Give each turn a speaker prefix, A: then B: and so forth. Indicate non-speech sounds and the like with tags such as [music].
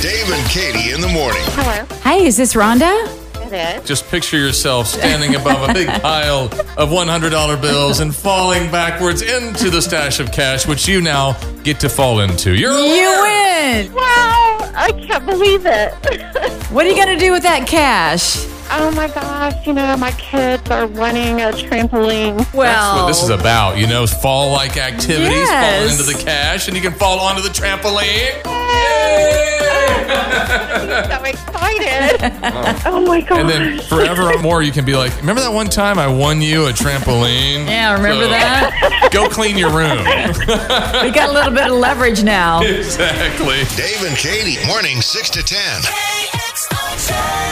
A: Dave and Katie in the morning.
B: Hello.
C: Hi, is this Rhonda?
B: It is.
D: Just picture yourself standing above a
C: [laughs]
D: big pile of $100 bills and falling backwards into the stash of cash, which you now get to fall into. You're a
C: You
D: winner.
C: win.
B: Wow. I can't believe it. [laughs]
C: What are you going to do with that cash?
B: oh my gosh. You know, my kids are wanting a trampoline.
C: Well,
D: That's what this is about, you know, fall like activities,
C: Yes.
D: falling into the cash, and you can fall onto the trampoline.
B: So excited. [laughs] oh my gosh.
D: And then forever or more, you can be like, Remember that one time I won you a trampoline?
C: yeah, remember
D: So, [laughs]
C: that?
D: Go clean your room. [laughs]
C: We got a little bit of leverage now.
D: exactly.
A: Dave and Katie, morning 6 to 10.
E: KXRJ.